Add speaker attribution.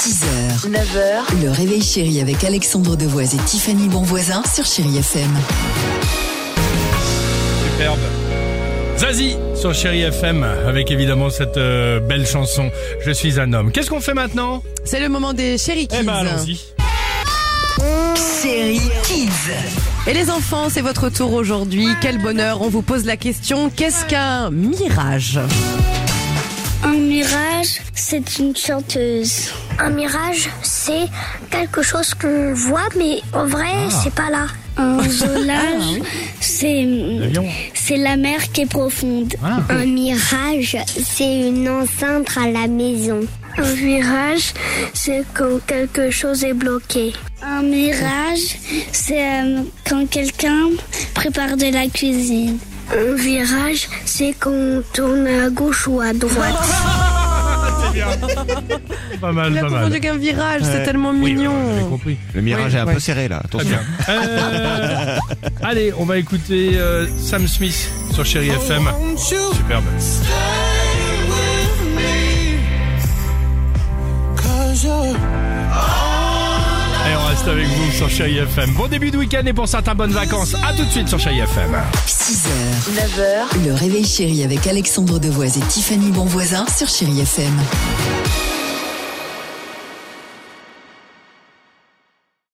Speaker 1: 6h, 9h, le réveil chéri avec Alexandre Devoise et Tiffany Bonvoisin sur Chéri FM.
Speaker 2: Superbe. Zazie sur Chéri FM avec évidemment cette euh, belle chanson Je suis un homme. Qu'est-ce qu'on fait maintenant
Speaker 3: C'est le moment des chéri kids.
Speaker 2: Eh ben allons-y.
Speaker 1: Chéri Kids.
Speaker 3: Et les enfants, c'est votre tour aujourd'hui. Quel bonheur, on vous pose la question, qu'est-ce qu'un mirage
Speaker 4: Un mirage, c'est une chanteuse. Un mirage, c'est quelque chose qu'on voit, mais en vrai, c'est pas là. Ah, Un zonage, c'est mm,
Speaker 2: L'avion.
Speaker 4: c'est la mer qui est profonde. Un mirage, c'est une enceinte à la maison. Un virage, c'est quand quelque chose est bloqué. Un mirage, c'est euh, quand quelqu'un prépare de la cuisine. Un virage, c'est quand on tourne à gauche ou à droite.
Speaker 2: Pas mal,
Speaker 3: Il a
Speaker 2: pas mal.
Speaker 3: confondu qu'un virage, c'est tellement
Speaker 2: Oui, vous avez
Speaker 3: mignon.
Speaker 2: compris.
Speaker 5: Le mirage
Speaker 3: Oui,
Speaker 5: est un
Speaker 3: ouais.
Speaker 5: peu serré là,
Speaker 2: Très
Speaker 5: attention.
Speaker 2: bien. Euh, allez, on va écouter euh, Sam Smith sur Chéri FM. Superbe. Et on reste avec vous sur Chéri FM. Bon début de week-end et pour certains bonnes vacances. À tout de suite sur Chéri FM.
Speaker 1: 6h, 9h, le réveil chéri avec Alexandre Devoise et Tiffany Bonvoisin sur Chéri FM.